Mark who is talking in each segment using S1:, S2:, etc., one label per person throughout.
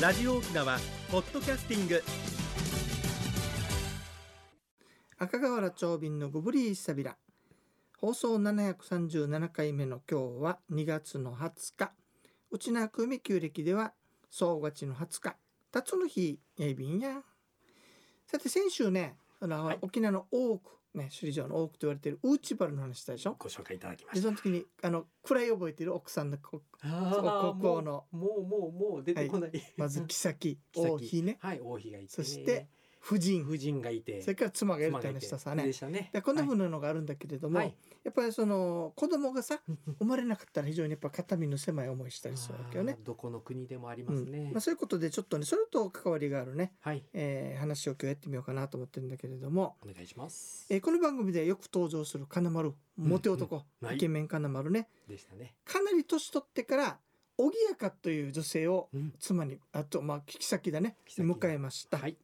S1: ラジオ沖縄ポッドキャスティング
S2: 赤瓦長瓶のゴブリーサビラ放送737回目の今日は2月の20日内縄久美旧暦では総勝ちの20日辰の日やいびんやさて先週ねあの、
S1: はい
S2: 沖縄の多くね首里城の多くと言われているウーチバルの話したでしょ
S1: ご紹介いただきま
S2: で
S1: した
S2: その時にあの位覚えている奥さんのこ
S1: あー
S2: 国王の
S1: もうもうもうもう出てこない、
S2: まず 妃
S1: 妃
S2: 王妃ね
S1: はい王妃がいて、ね、
S2: そして夫人
S1: 夫人がいて
S2: それから妻がいる
S1: 妻
S2: って
S1: がいて
S2: 話したさ
S1: で
S2: ね
S1: したね
S2: でこんなふ
S1: は
S2: う
S1: い
S2: なのがあるんだけ れども、
S1: はい
S2: やっぱりその子供がさ生まれなかったら非常にやっぱ肩身の狭い思いしたりするわけよね
S1: あ。ーどこの国でもあり
S2: う
S1: ますね、
S2: んまあ、そういうことでちょっとねそれと関わりがあるね、
S1: はい
S2: えー話を今日やってみようかなと思ってるんだけれども、
S1: お願いします
S2: えーこの番組ではよく登場する金丸モテ男、
S1: うんはい
S2: イケメン金丸ね
S1: でしたね、
S2: かなり年取ってからおぎやかという女性を
S1: うん
S2: 妻にあとまあ聞き先だね
S1: き先
S2: 迎えました、
S1: はい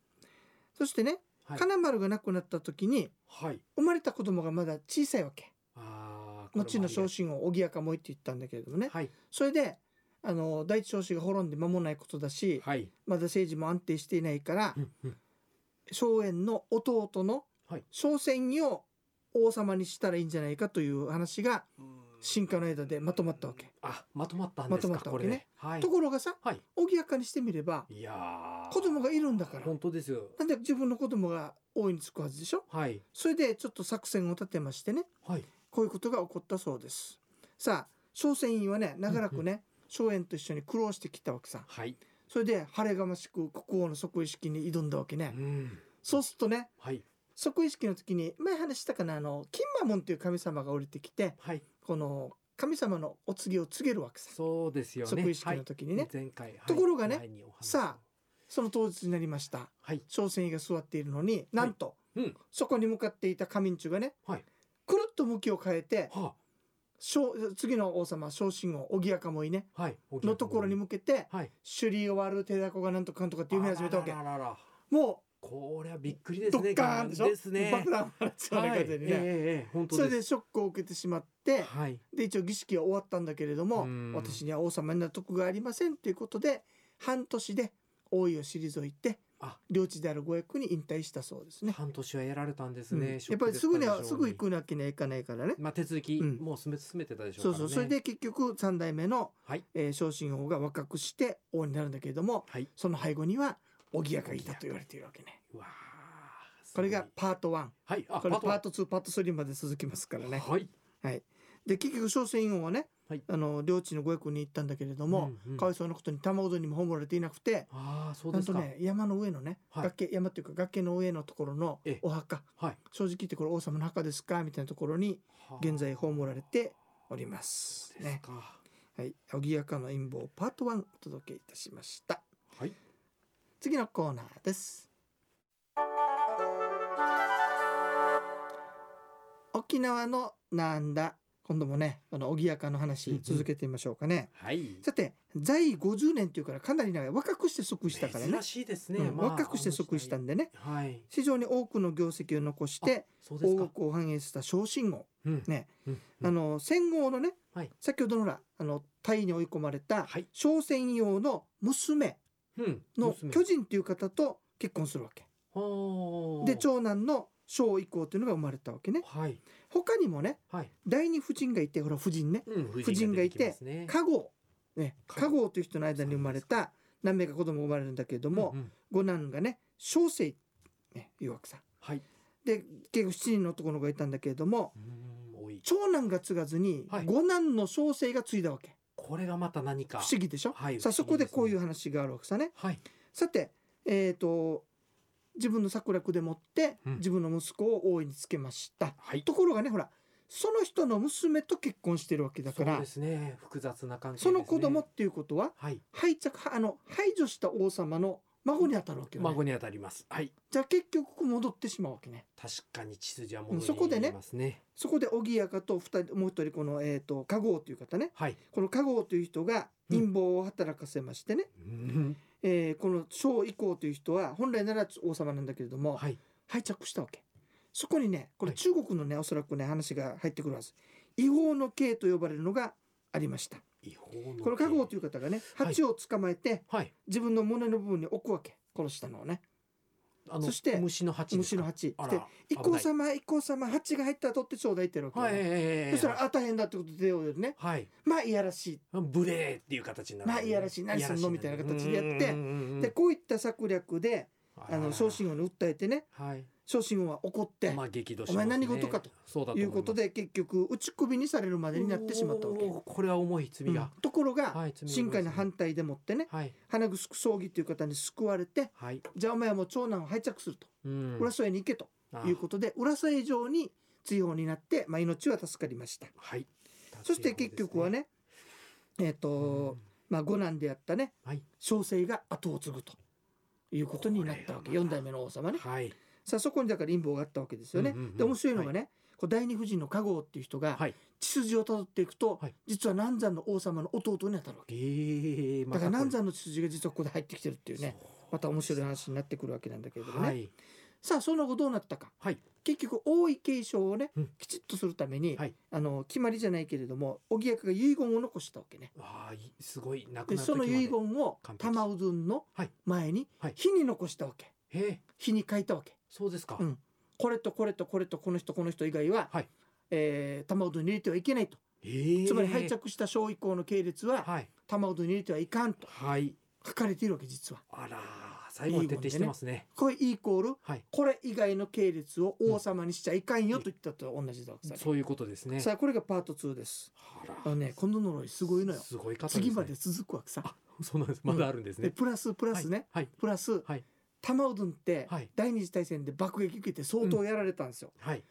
S2: そしてね
S1: はい
S2: 金丸が亡くなった時に
S1: はい
S2: 生まれた子供がまだ小さいわけ
S1: あーこれも
S2: 後の
S1: ありが
S2: 昇進をおぎやかもいって言ったんだけれどもね、
S1: はい
S2: それであの第一少子が滅んで間もないことだし、
S1: はい
S2: まだ政治も安定していないから
S1: うんうん
S2: 荘園の弟の
S1: はい
S2: 荘仙儀を王様にしたらいいんじゃないかという話が進化の間でまとまったわけ、
S1: あまとまったんですか
S2: まとまったわけね
S1: これはい
S2: ところがさ
S1: はい
S2: おぎやかにしてみれば
S1: いやー
S2: 子供がいるんだから
S1: 本当ですよ
S2: なんで自分の子供が王位につくはずでしょ
S1: はい
S2: それでちょっと作戦を立てましてね
S1: はい
S2: こういうことが起こったそうですさあ荘仙院はね長らくね荘園と一緒に苦労してきたわけさ
S1: はい
S2: それで晴れがましく国王の即位式に挑んだわけね、
S1: うん
S2: そうするとね
S1: はい
S2: 即位式の時に前話したかなあの金馬門っていう神様が降りてきて
S1: はい
S2: この神様のお告げを告げるわけさ、
S1: そうですよね
S2: 即位式の時にね、
S1: はい、前回、はい
S2: ところがね
S1: 前にお話を
S2: さあその当日になりました
S1: はい
S2: 朝鮮が座っているのになんと、
S1: うん
S2: そこに向かっていた神んちゅがね、
S1: はい
S2: くるっと向きを変えて
S1: は
S2: 小次の王様昇進王荻赤もいね
S1: あはい
S2: のところに向けて
S1: はい
S2: 首里を割る手だこがなんとかなんとかって読み始めたわけ
S1: あらららら
S2: も
S1: これはびっくり
S2: う
S1: で
S2: ド
S1: すね
S2: ッカーンでしょ
S1: ですね
S2: 爆弾を放つような
S1: はい
S2: 感
S1: え
S2: じに
S1: え
S2: ね、
S1: ええ本当
S2: それ
S1: で
S2: ですショックを受けてしまって、
S1: はい
S2: で一応儀式は終わったんだけれども、
S1: うん
S2: 私には王様になる徳がありませんということで半年で王位を退いて
S1: あ
S2: 領地である五役に引退したそうですね。
S1: 半年はやられたんです
S2: うん
S1: ね、
S2: や
S1: ショ
S2: っ
S1: ッ
S2: ぱ
S1: ク
S2: り
S1: ですた
S2: ぐには
S1: 非常
S2: すぐ行くわけにはいかないからね。
S1: まあ手続き、
S2: うん
S1: もう進め進めてたでしょ
S2: そうう
S1: からね
S2: そうそれで結局3代目の、
S1: はい
S2: えー、昇進王が若くして王になるんだけれども
S1: はい
S2: その背後にはおぎやがいたと言われているわけね。
S1: うわーす
S2: こ
S1: ごい
S2: れがパート1
S1: はいあ
S2: これパー
S1: ト
S2: ト2パート3まで続きますからね。
S1: はい
S2: で結局朝鮮王はね、
S1: はい
S2: あの領地の五役に行ったんだけれども、
S1: うんうん
S2: かわいそうなことに玉うどんにも葬られていなくて
S1: ああそう
S2: な
S1: で
S2: ん
S1: す
S2: と
S1: か、
S2: ね山の上のね、
S1: はい
S2: 崖山っていうか崖の上のところの
S1: ええ
S2: お墓
S1: はい
S2: 正直言ってこれ王様の墓ですかみたいなところに現在葬られております
S1: そう。です
S2: ね、
S1: か、
S2: はい、おぎやかの陰謀パート1お届けいたしました。
S1: はい
S2: 次のコーナーです。沖縄のなんだ今度もねあのおぎやか
S1: う
S2: の
S1: ん
S2: 話
S1: うん
S2: 続けてみましょうかね、
S1: はい
S2: さて在位50年というからかなり長い若くして即位したからね
S1: 珍しいですね、
S2: うん
S1: まあ
S2: 若くして即位したんでね
S1: はい
S2: 非常に多くの業績を残して
S1: そうです
S2: 王
S1: か、
S2: 国を反映した昇進王
S1: うん
S2: ね
S1: うん
S2: あの戦後のね、
S1: はい
S2: 先ほどのらあのタイに追い込まれた
S1: はい
S2: 朝鮮王の娘
S1: うん
S2: の
S1: 娘
S2: 巨人という方と結婚するわけ
S1: ほー
S2: で長男の小以降というのが生まれたわけね
S1: はい
S2: 他にもね
S1: はい、
S2: 第二夫人がいてほら夫人ね
S1: うん、
S2: 夫人がいて加護ね
S1: 加
S2: 加
S1: 護
S2: 護という人の間に生まれた何名か子供が生まれるんだけれども、
S1: ん、
S2: 五男がね小生ねいうわけさ
S1: はい
S2: で結局7人の男の子がいたんだけれども
S1: うん多い
S2: 長男が継がずに
S1: はい
S2: 五男の小生が継いだわけ、
S1: これがまた何か
S2: 不思議でしょ、
S1: はい
S2: さあ
S1: 不
S2: そ
S1: 思議
S2: こ
S1: で
S2: です
S1: ね
S2: こういう話があるわけさね
S1: はい
S2: さてえっ、と自分の策略でもって
S1: うん
S2: 自分の息子を王位につけました、
S1: はい
S2: ところがねほらその人の娘と結婚してるわけだか
S1: そう
S2: ら
S1: ですね複雑な関係です、
S2: そ
S1: ね、
S2: の子供っていうことは
S1: はい
S2: 排着あの排除した王様の孫にあたるわけよ、ね
S1: 孫にあたりますはい
S2: じゃあ結局戻ってしまうわけね
S1: 確かに血筋は戻
S2: うんそこでね
S1: りますね
S2: そこで荻やかと二人もう一人このえっ、と加護という方ね
S1: はい、
S2: この加護という人が陰謀を働かせましてね、
S1: うん、
S2: えーこの小以降という人は本来なら王様なんだけれども、
S1: はい
S2: 拝着したわけそこにねこれ
S1: はい
S2: 中国のね、おそらくね話が入ってくるはず違法の刑と呼ばれるのがありました
S1: 違法の
S2: この加護という方がね
S1: はい
S2: 蜂を捕まえて
S1: はい
S2: 自分の胸の部分に置くわけ殺したのをね
S1: あの
S2: そして
S1: 虫の蜂です
S2: 虫
S1: か
S2: の蜂
S1: あ
S2: で
S1: ら
S2: 「一
S1: 危
S2: 行
S1: ない
S2: 様一行様蜂が入ったら取ってちょうだい」って言うわ
S1: はい
S2: け
S1: え
S2: よ、
S1: えええ
S2: そしたら「あ大変だ」ってことで手を出るね
S1: はい
S2: まあいやらしい
S1: 無礼っていう形になる
S2: まあいやらしい何すんのみたいな形でやって
S1: て
S2: でこういった策略であの昇
S1: 進
S2: 進王に訴えてね
S1: はい
S2: 昇進王は怒って
S1: まあ激怒し
S2: お前何事かと
S1: そうだ
S2: いうことで結局打ち首にされるま
S1: ま
S2: でになってしまったわけ、
S1: これは重い罪
S2: うん
S1: が
S2: ところが
S1: はい罪が
S2: 進化に
S1: 重いですね
S2: 反対でもってね
S1: はい
S2: 花ぐ葬儀という方に救われて
S1: はい
S2: じゃあお前はもう長男を拝着すると
S1: うん
S2: 浦添に行けと
S1: あ
S2: いうことで浦添城に追放になって、まあ、命は助かりました
S1: はい
S2: そして結局は
S1: ね
S2: ねえっ、と、まあ、五男であったね
S1: はい
S2: 小生が後を継ぐということになったわけ
S1: これは
S2: 4代目の王様ね
S1: はい
S2: さあそこにだから陰謀があったわけですよね、
S1: うんうんうん
S2: で面白いのがね、こう第二夫人の加護っていう人が
S1: はい
S2: 血筋をたどっていくと、
S1: はい
S2: 実は南山の王様の弟にあたるわけ
S1: ええま
S2: だから
S1: たこれ
S2: 南山の血筋が実はここで入ってきてるっていうねまた面白い話になってくるわけなんだけれどもね、
S1: はい
S2: さあその後どうなったか
S1: はい
S2: 結局王位継承をね、
S1: うん
S2: きちっとするために、
S1: はい
S2: あの決まりじゃないけれども荻役が遺言を残したわけね
S1: ああいすごい亡く
S2: で
S1: なった時
S2: その
S1: まで
S2: 遺言を
S1: 完璧
S2: 玉うどんの
S1: はい
S2: 前に
S1: はい
S2: 火に残したわけ
S1: へえ
S2: 火に書いたわけ
S1: そうですか
S2: うんこれとこれとこれとこの人この人以外は、
S1: はい
S2: えー玉うどんに入れてはいけないと、
S1: ええ
S2: つまり拝着した小以降の系列は
S1: はい
S2: 玉うどんに入れてはいかんと
S1: はい
S2: 書かれているわけ実は
S1: あらー最後まで徹底してますね
S2: これイコール
S1: はい
S2: これ以外の系列を王様にしちゃいかんよと言ったと同じだわけさ、
S1: そういうことですね
S2: さあこれがパート2です
S1: あら
S2: あのね、この呪いすごいのよ。
S1: すごい方ですね
S2: 次まで続くわけさ。
S1: あそうなんですまだあるんです
S2: で、
S1: ね
S2: プラス、プラスね、
S1: はい
S2: プラス
S1: はい、
S2: 玉うどんって
S1: はい、
S2: 第二次大戦で爆撃受けて相当やられたんですよ。
S1: はい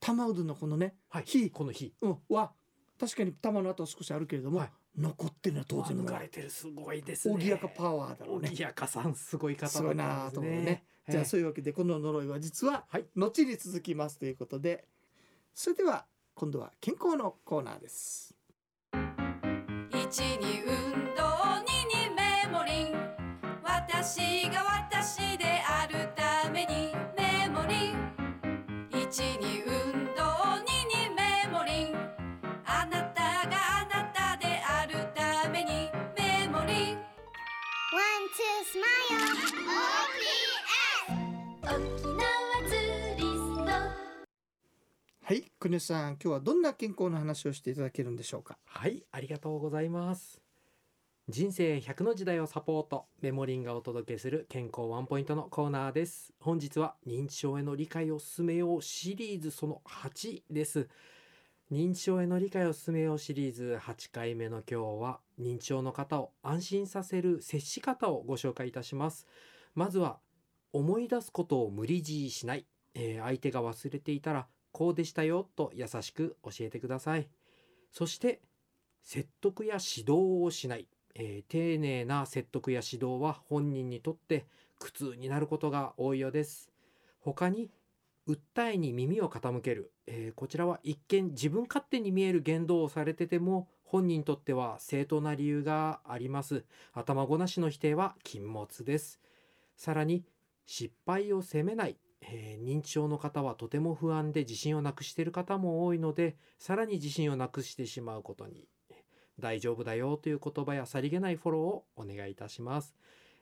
S2: 玉うどんのこのね、
S1: はい
S2: 火
S1: この火
S2: うん、は、確かに玉の後は少しあるけれども、
S1: はい
S2: 残ってるのは当然
S1: 抜
S2: も
S1: かれ
S2: う、
S1: てるすごいですね
S2: おぎやかパワーだろう
S1: お
S2: ね。
S1: ぎやかさんすごい方
S2: すごいなあと思うね。 じゃあ、そう
S1: いう
S2: いうわけで、この呪いは実は、
S1: はい
S2: 後に続きますということで、それでは、今度は健康のコーナーです。
S3: 一に運動二にメモリン私が私であるためにメモリン一に運動二にメモリンあなたがあなたであるためにメモリン
S4: One, two, smile. OPS! 沖縄ツーリスト。
S2: はい、国吉さん、今日はどんな健康の話をしていただけるんでしょうか。
S1: はいありがとうございます人生100の時代をサポートメモリンがお届けする健康ワンポイントのコーナーです本日は認知症への理解を進めようシリーズその8です認知症への理解を進めようシリーズ8回目の今日は認知症の方を安心させる接し方をご紹介いたしますまずは思い出すことを無理強いしない、えー相手が忘れていたらこうでしたよと優しく教えてくださいそして説得や指導をしない、えー丁寧な説得や指導は本人にとって苦痛になることが多いようです他に訴えに耳を傾ける、えーこちらは一見自分勝手に見える言動をされてても本人にとっては正当な理由があります頭ごなしの否定は禁物ですさらに失敗を責めない、えー認知症の方はとても不安で自信をなくしている方も多いのでさらに自信をなくしてしまうことに大丈夫だよという言葉やさりげないフォローをお願いいたします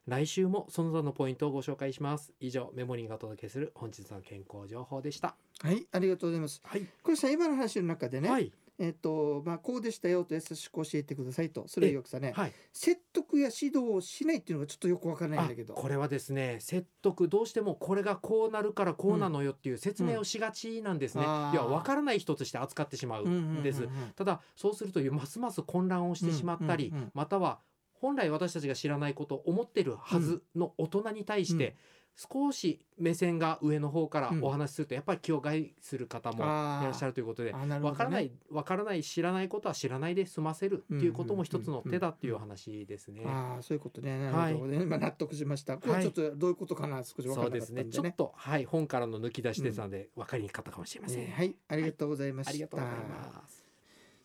S1: 来週もその他のポイントをご紹介します以上メモリーがお届けする本日の健康情報でした
S2: はい、ありがとうございます。
S1: はい、
S2: これさん、今の話の中でね、
S1: はい
S2: えっ、と、まあ、こうでしたよと優しく教えてくださいと、それよくさね、
S1: はい
S2: 説得や指導をしないっていうのがちょっとよくわからないん
S1: あ
S2: だけど。
S1: これはですね説得どうしてもこれがこうなるからこうなのよっていう説明をしがちなんですね、
S2: うんあー
S1: いや分からない人として扱ってしまう
S2: うんうんうんうん
S1: んです、ただそうするとますます混乱をしてしまったり、
S2: うんうんうん
S1: または本来私たちが知らないことを思ってるはずの大人に対して、少し目線が上の方から
S2: うん
S1: お話しするとやっぱり気を害する方もい
S2: あー
S1: らっしゃるということで。
S2: あ、なるほど、ね。
S1: わからない、わからない、知らないことは知らないで済ませるっていうことも一つの手だっていうお話ですね。
S2: ああ、そういうことね。なるほどね。まあ、納得しました。これはちょっとどういうことかな、少しわ
S1: そ
S2: から
S1: う
S2: な
S1: で
S2: かっ
S1: す
S2: たんで
S1: ね。
S2: ね。
S1: ちょっと、はい、本からの抜き出しですので、わかりにくかったかもしれません。
S2: えーはい、ありがとうございました。
S1: ありがとうございます。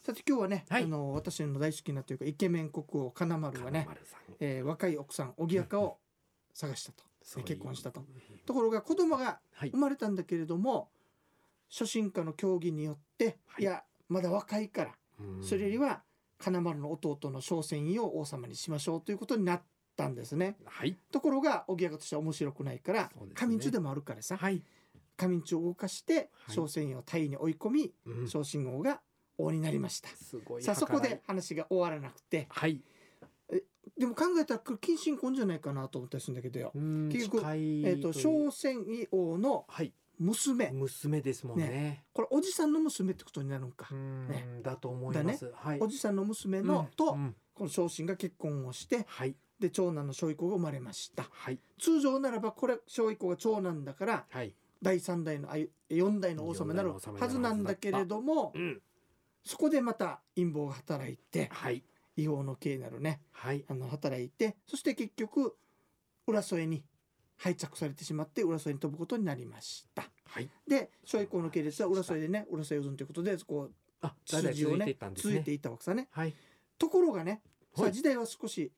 S2: さて、今日はね、
S1: はい
S2: あの、私の大好きなというか、イケメン国王金丸が
S1: 金
S2: ね。
S1: 丸さん
S2: えー若い奥さん荻やかを探したと、
S1: そういう
S2: 結婚したとところが子供が
S1: はい
S2: 生。まれたんだけれども初心家の教義によって、
S1: はい
S2: い、やまだ若いから
S1: うん
S2: それよりは金丸の弟の商船位を王様にしましょうということになったんですね
S1: はい
S2: ところがおぎやがとしては面白くないから
S1: そうですね
S2: 仮眠中でもあるからさ
S1: はい、
S2: 仮眠中を動かして
S1: はい
S2: 商船位をタイに追い込み
S1: うん、
S2: 商神王が王になりました
S1: すごい
S2: さあそ
S1: 計
S2: こ
S1: ら
S2: で
S1: い
S2: 話が終わらなくて
S1: はい
S2: でも考えたらこれ近親婚じゃないかなと思ったりするんだけどよ、
S1: うん
S2: 結局
S1: 近い
S2: えっと
S1: という
S2: 商船位王の
S1: はい
S2: 娘
S1: 娘ですもんね
S2: これおじさんの娘ってことになるんか
S1: う、ん、
S2: ね
S1: だと思います、はい
S2: おじさんの娘
S1: う
S2: の
S1: ん
S2: と、
S1: うん
S2: この昇進が結婚をして
S1: はい
S2: で長男の小以降が生まれました
S1: はい
S2: 通常ならばこれ小以降が長男だから
S1: はい
S2: 第3代のあ4代の王様になる
S1: 四代の王様になる
S2: はずなんだけれども
S1: うん
S2: そこでまた陰謀が働いて
S1: はい
S2: 違法の刑なるね
S1: はい
S2: あの働いてそして結局浦添に拝着されてしまって浦添に飛ぶことになりました
S1: はい
S2: で小以降の系列は浦添でね浦添うどんということでこう
S1: あだいたい
S2: 筋を
S1: 続いてい
S2: ね
S1: ったんです
S2: 続
S1: ね
S2: いていったわけさね
S1: はい
S2: ところがねさ
S1: はい
S2: あ時代は少し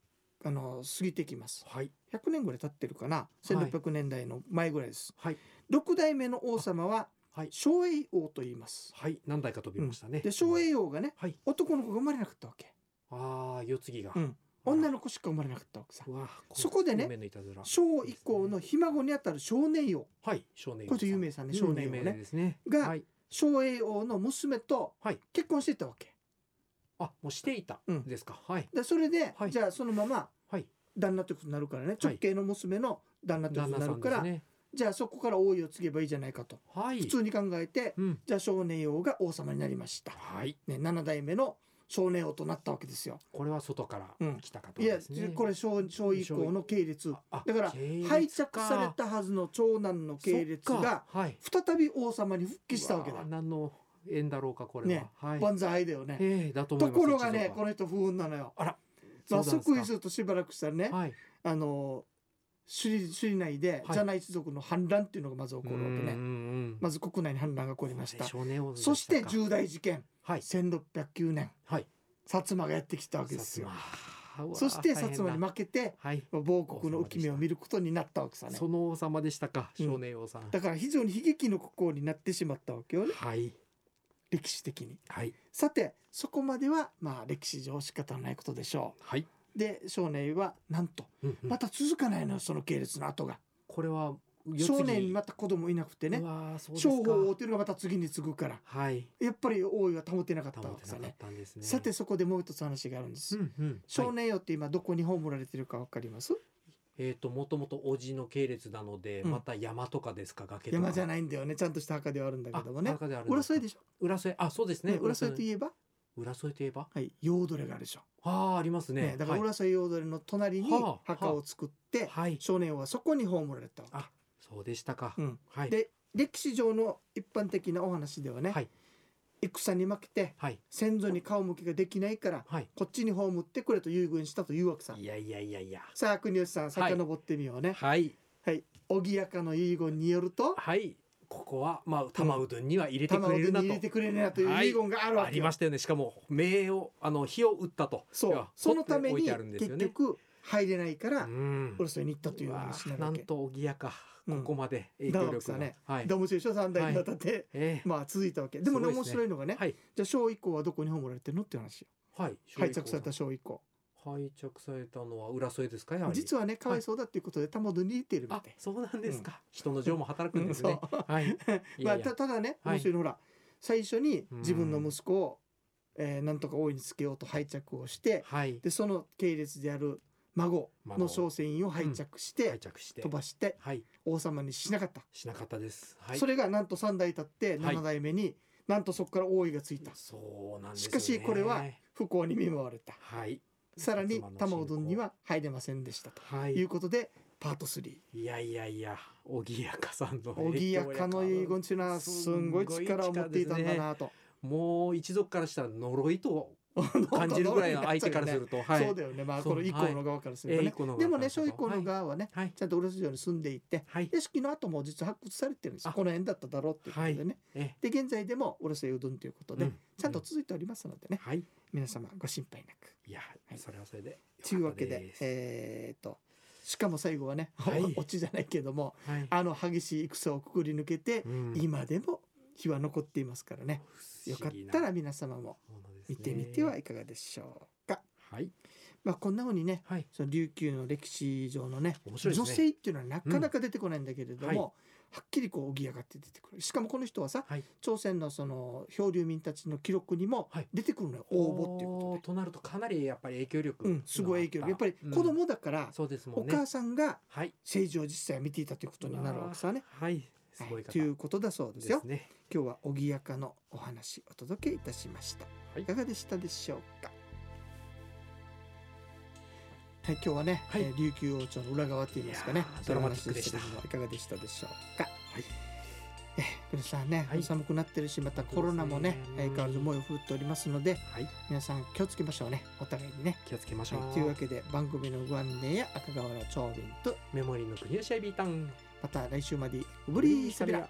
S2: あの過ぎてきます
S1: はい
S2: 100年ぐらい経ってるかな1600年代の前ぐらいです、
S1: はい
S2: 六6代目の王様は
S1: はい
S2: 昭栄王と言います
S1: はい何台か飛びましたね、
S2: で昭栄王がね
S1: はい
S2: 男の子が生まれなかったわけ、
S1: ああ世継ぎが、
S2: うん、女の子しか生まれなかったわけさ
S1: うわこ
S2: そこでね
S1: 運命のいたずら
S2: 昭以降のひ孫にあたる少年王
S1: はい少年
S2: これ有名さんね少年王
S1: 有名
S2: ね
S1: ですね
S2: が
S1: はい、
S2: 昭栄王の娘と
S1: はい
S2: 結婚してたわけ
S1: あもうしていた
S2: うん
S1: ですか、はい
S2: でそれで、
S1: はい
S2: じゃあそのまま
S1: はい
S2: 旦那ということになるからね直系の娘の旦那ということになるから、
S1: ね
S2: じゃあそこから王位を継げばいいじゃないかと
S1: はい
S2: 普通に考えて
S1: うん
S2: じゃあ少年王が王様になりました、
S1: はい
S2: ね、7代目の少年王となったわけですよ。
S1: これは外から
S2: うん
S1: 来た方
S2: いや
S1: ですね、
S2: これ小小以降の系列
S1: あ
S2: だから
S1: 系列
S2: 拝着されたはずの長男の系列
S1: そっ
S2: が
S1: かはい
S2: 再び王様に復帰したわけ
S1: う
S2: だ
S1: ー。何の縁だろうかこれは、
S2: ね
S1: はい
S2: 万歳だよね。
S1: ええだと思い
S2: と
S1: ます
S2: ころがね
S1: 一族
S2: この人不運なのよ。
S1: あら
S2: ま
S1: そうな
S2: あ
S1: んですか
S2: 即位するとしばらくしたらね、
S1: はい
S2: あの首里首里内で
S1: はい
S2: ジャナ一族の反乱っていうのがまず起こるわけ
S1: うん
S2: ね。
S1: うんうん
S2: まず国内に反乱が起こりました。
S1: 少年王でた
S2: そ
S1: か
S2: して重大事件
S1: はい
S2: 1609年
S1: はい
S2: 薩摩がやってきたわけですよ
S1: 薩。摩うわ
S2: そして
S1: 大変
S2: 薩
S1: だ
S2: 摩に負けて
S1: はい
S2: 亡国の浮き目を見ることになったわけさね
S1: その王様でしたか
S2: うん
S1: 少年王さん、
S2: だから非常に悲劇の国王になってしまったわけよね
S1: はい
S2: 歴史的に
S1: はい
S2: さてそこまではまあ歴史上仕方のないことでしょ
S1: はい、
S2: うで少年はなんと
S1: うんうん
S2: また続かないのよその系列の後が
S1: これは世継ぎ
S2: 少年にまた子供いなくてね
S1: うわーそうですか
S2: 商法王というのがまた次に次ぐから
S1: はい
S2: やっぱり王位は保てなかった
S1: 保
S2: わけ
S1: て
S2: さ
S1: なかっ
S2: ね
S1: たんですね
S2: さてそこでもう一つ話があるんです、
S1: うんうん
S2: 少
S1: はい
S2: 年よって今どこに葬られてるかわかります
S1: えっ、ともともと叔父の系列なので、
S2: うん
S1: また山とかですか崖とか
S2: 山じゃ
S1: い
S2: ないんだよねちゃんとした墓ではあるんだけどもね
S1: 中であるん
S2: 浦
S1: ですか
S2: 添でしょ
S1: 浦添あそうですね
S2: ね浦添と
S1: い
S2: いえば
S1: 浦添といえば
S2: はい、ヨードレがあるでしょ、
S1: ああありますね
S2: ねだから
S1: はい、
S2: 浦添ヨードレの隣に
S1: はあ
S2: 墓を作って、
S1: はい
S2: 少年王はそこに葬られたわけ
S1: あそうでしたか、
S2: うん
S1: はい
S2: で歴史上の一般的なお話ではね、
S1: はい
S2: 戦に負けて
S1: はい
S2: 先祖に顔向きができないから
S1: はい
S2: こっちに葬ってくれと遺言したというわけさ
S1: いやいやいやいや
S2: さあ国吉さん遡ってみようね
S1: はい
S2: はいおぎやかの遺言によると
S1: はいここはまあ玉うどんには入れて
S2: 玉
S1: く
S2: を
S1: れ
S2: 手
S1: る
S2: に
S1: なと、
S2: 入れてくれるなという遺言があるわ
S1: あ
S2: け
S1: り
S2: よ、
S1: ましたよねしかも名をあの火を打ったと
S2: そ
S1: いうや
S2: そのため
S1: 置い
S2: に
S1: てあるんですよ
S2: 結
S1: ね
S2: 局入れないから
S1: うん
S2: 浦添に行ったという
S1: うわ
S2: 話な
S1: な
S2: わ
S1: ん
S2: け
S1: とおぎやか
S2: う
S1: こ
S2: ん
S1: こまで影響力
S2: だ
S1: が、
S2: からさ
S1: はい
S2: で面白いでしょ三代にわたって、
S1: ええ
S2: まあ続いたわけでも
S1: す
S2: ね
S1: ごいで
S2: 面
S1: すね
S2: 白いのがね、
S1: はい
S2: じゃあ小以降はどこに葬られてるのっていう話よ
S1: はい
S2: 拝着された小以降
S1: 拝着されたのは浦添ですかやはり
S2: 実はねかわいそうだっていうことで玉戸に入れてるみた
S1: あ
S2: い、
S1: そうなんですか、人の情も働く
S2: うんん
S1: です
S2: そう
S1: ね、 はいい
S2: ま
S1: や
S2: あ
S1: いや
S2: たただね
S1: はい
S2: 面白いのほら、最初に
S1: うん
S2: 自分の息子を、えーなんとか王位につけようと拝着をして
S1: はい
S2: でその系列である孫
S1: 孫
S2: の小船員を拝着して、
S1: 拝着して
S2: 飛ばして
S1: はい
S2: 王様にしなかった、
S1: しなかったですはい
S2: それがなんと3代経って
S1: はい
S2: 7代目に、なんとそこから王位がついた
S1: そうなんです
S2: し
S1: よ
S2: か
S1: ね
S2: しこれは不幸に見舞われた
S1: はい
S2: さら
S1: 薩
S2: に
S1: 摩の
S2: 玉うどんには入れませんでしたと
S1: はい
S2: いうことでパート3
S1: いやいやいやおぎやかさんの
S2: おぎやかの遺言っていうのはす
S1: す
S2: ん
S1: ん
S2: ご
S1: ご
S2: い
S1: い
S2: 力を持っていたんだなと
S1: もう一族からしたら呪いと 感じるぐらいの相手からすると、はい
S2: そうだよねまあ
S1: そう
S2: この以降の側からすると
S1: はいえ
S2: ね
S1: え以降の側
S2: でもね
S1: からす
S2: 小
S1: る
S2: 以
S1: と
S2: 降の側はね
S1: はい
S2: ちゃんと浦添城に住んでいて
S1: はい
S2: で式の後も実は発掘されてるんですよ
S1: あ
S2: この辺だっただろうっていうことでね
S1: え
S2: で現在でも浦添うどんということで
S1: うん
S2: ちゃんと続いておりますのでね
S1: はい
S2: 皆様ご心配なく。
S1: いや
S2: はい
S1: それはそれで
S2: というわけ
S1: よかっ
S2: で
S1: たす
S2: えーっとしかも最後はね
S1: はい
S2: オチじゃないけども
S1: はい
S2: あの激しい戦をくぐり抜けて
S1: うん
S2: 今でも火は残っていますからねよかったら皆様も
S1: 不思議なものですですね
S2: 見てみてはいかがでしょうか。
S1: はい
S2: まあこんなふうにね
S1: はい
S2: その琉球の歴史上のね
S1: 面白いです
S2: 女
S1: ね
S2: 性っていうのはなかなか出てこないんだけれど
S1: う
S2: も、
S1: んはい
S2: はっきりこうおぎやがって出てくるしかもこの人はさ
S1: はい
S2: 朝鮮のその漂流民たちの記録にも
S1: はい
S2: 出てくるのよ、応募っていうこと
S1: おーとなるとかなりやっぱり影響力
S2: で、うん、すごい影響力やっぱり子
S1: うん
S2: 供だから、
S1: そうですも
S2: お
S1: んね
S2: 母さんが
S1: はい
S2: 政治を実際見ていたということになるわけさね。
S1: はいす
S2: はい
S1: ごい方
S2: ということだそうですよ。
S1: ね
S2: 今日はおぎやかのお話お届けいたしました、
S1: はい
S2: い、かがでしたでしょうかはい今日はね、
S1: はい
S2: えー琉球王朝の裏側と言いますか
S1: い
S2: ね
S1: やー
S2: そういうお話
S1: ドラマ
S2: けどもいかがでしたでしょうか
S1: はい
S2: えー皆さんね、
S1: はい
S2: 寒くなってるしまたコロナもね
S1: そうですね
S2: 相変わらず猛威を振るっておりますので
S1: はい
S2: 皆さん気をつけましょうねお互いにね
S1: 気をつけましょう、
S2: はい、というわけで番組のご案内や赤瓦長瓶と
S1: メモリーの国吉 IB タウン
S2: また来週までブリーサビラ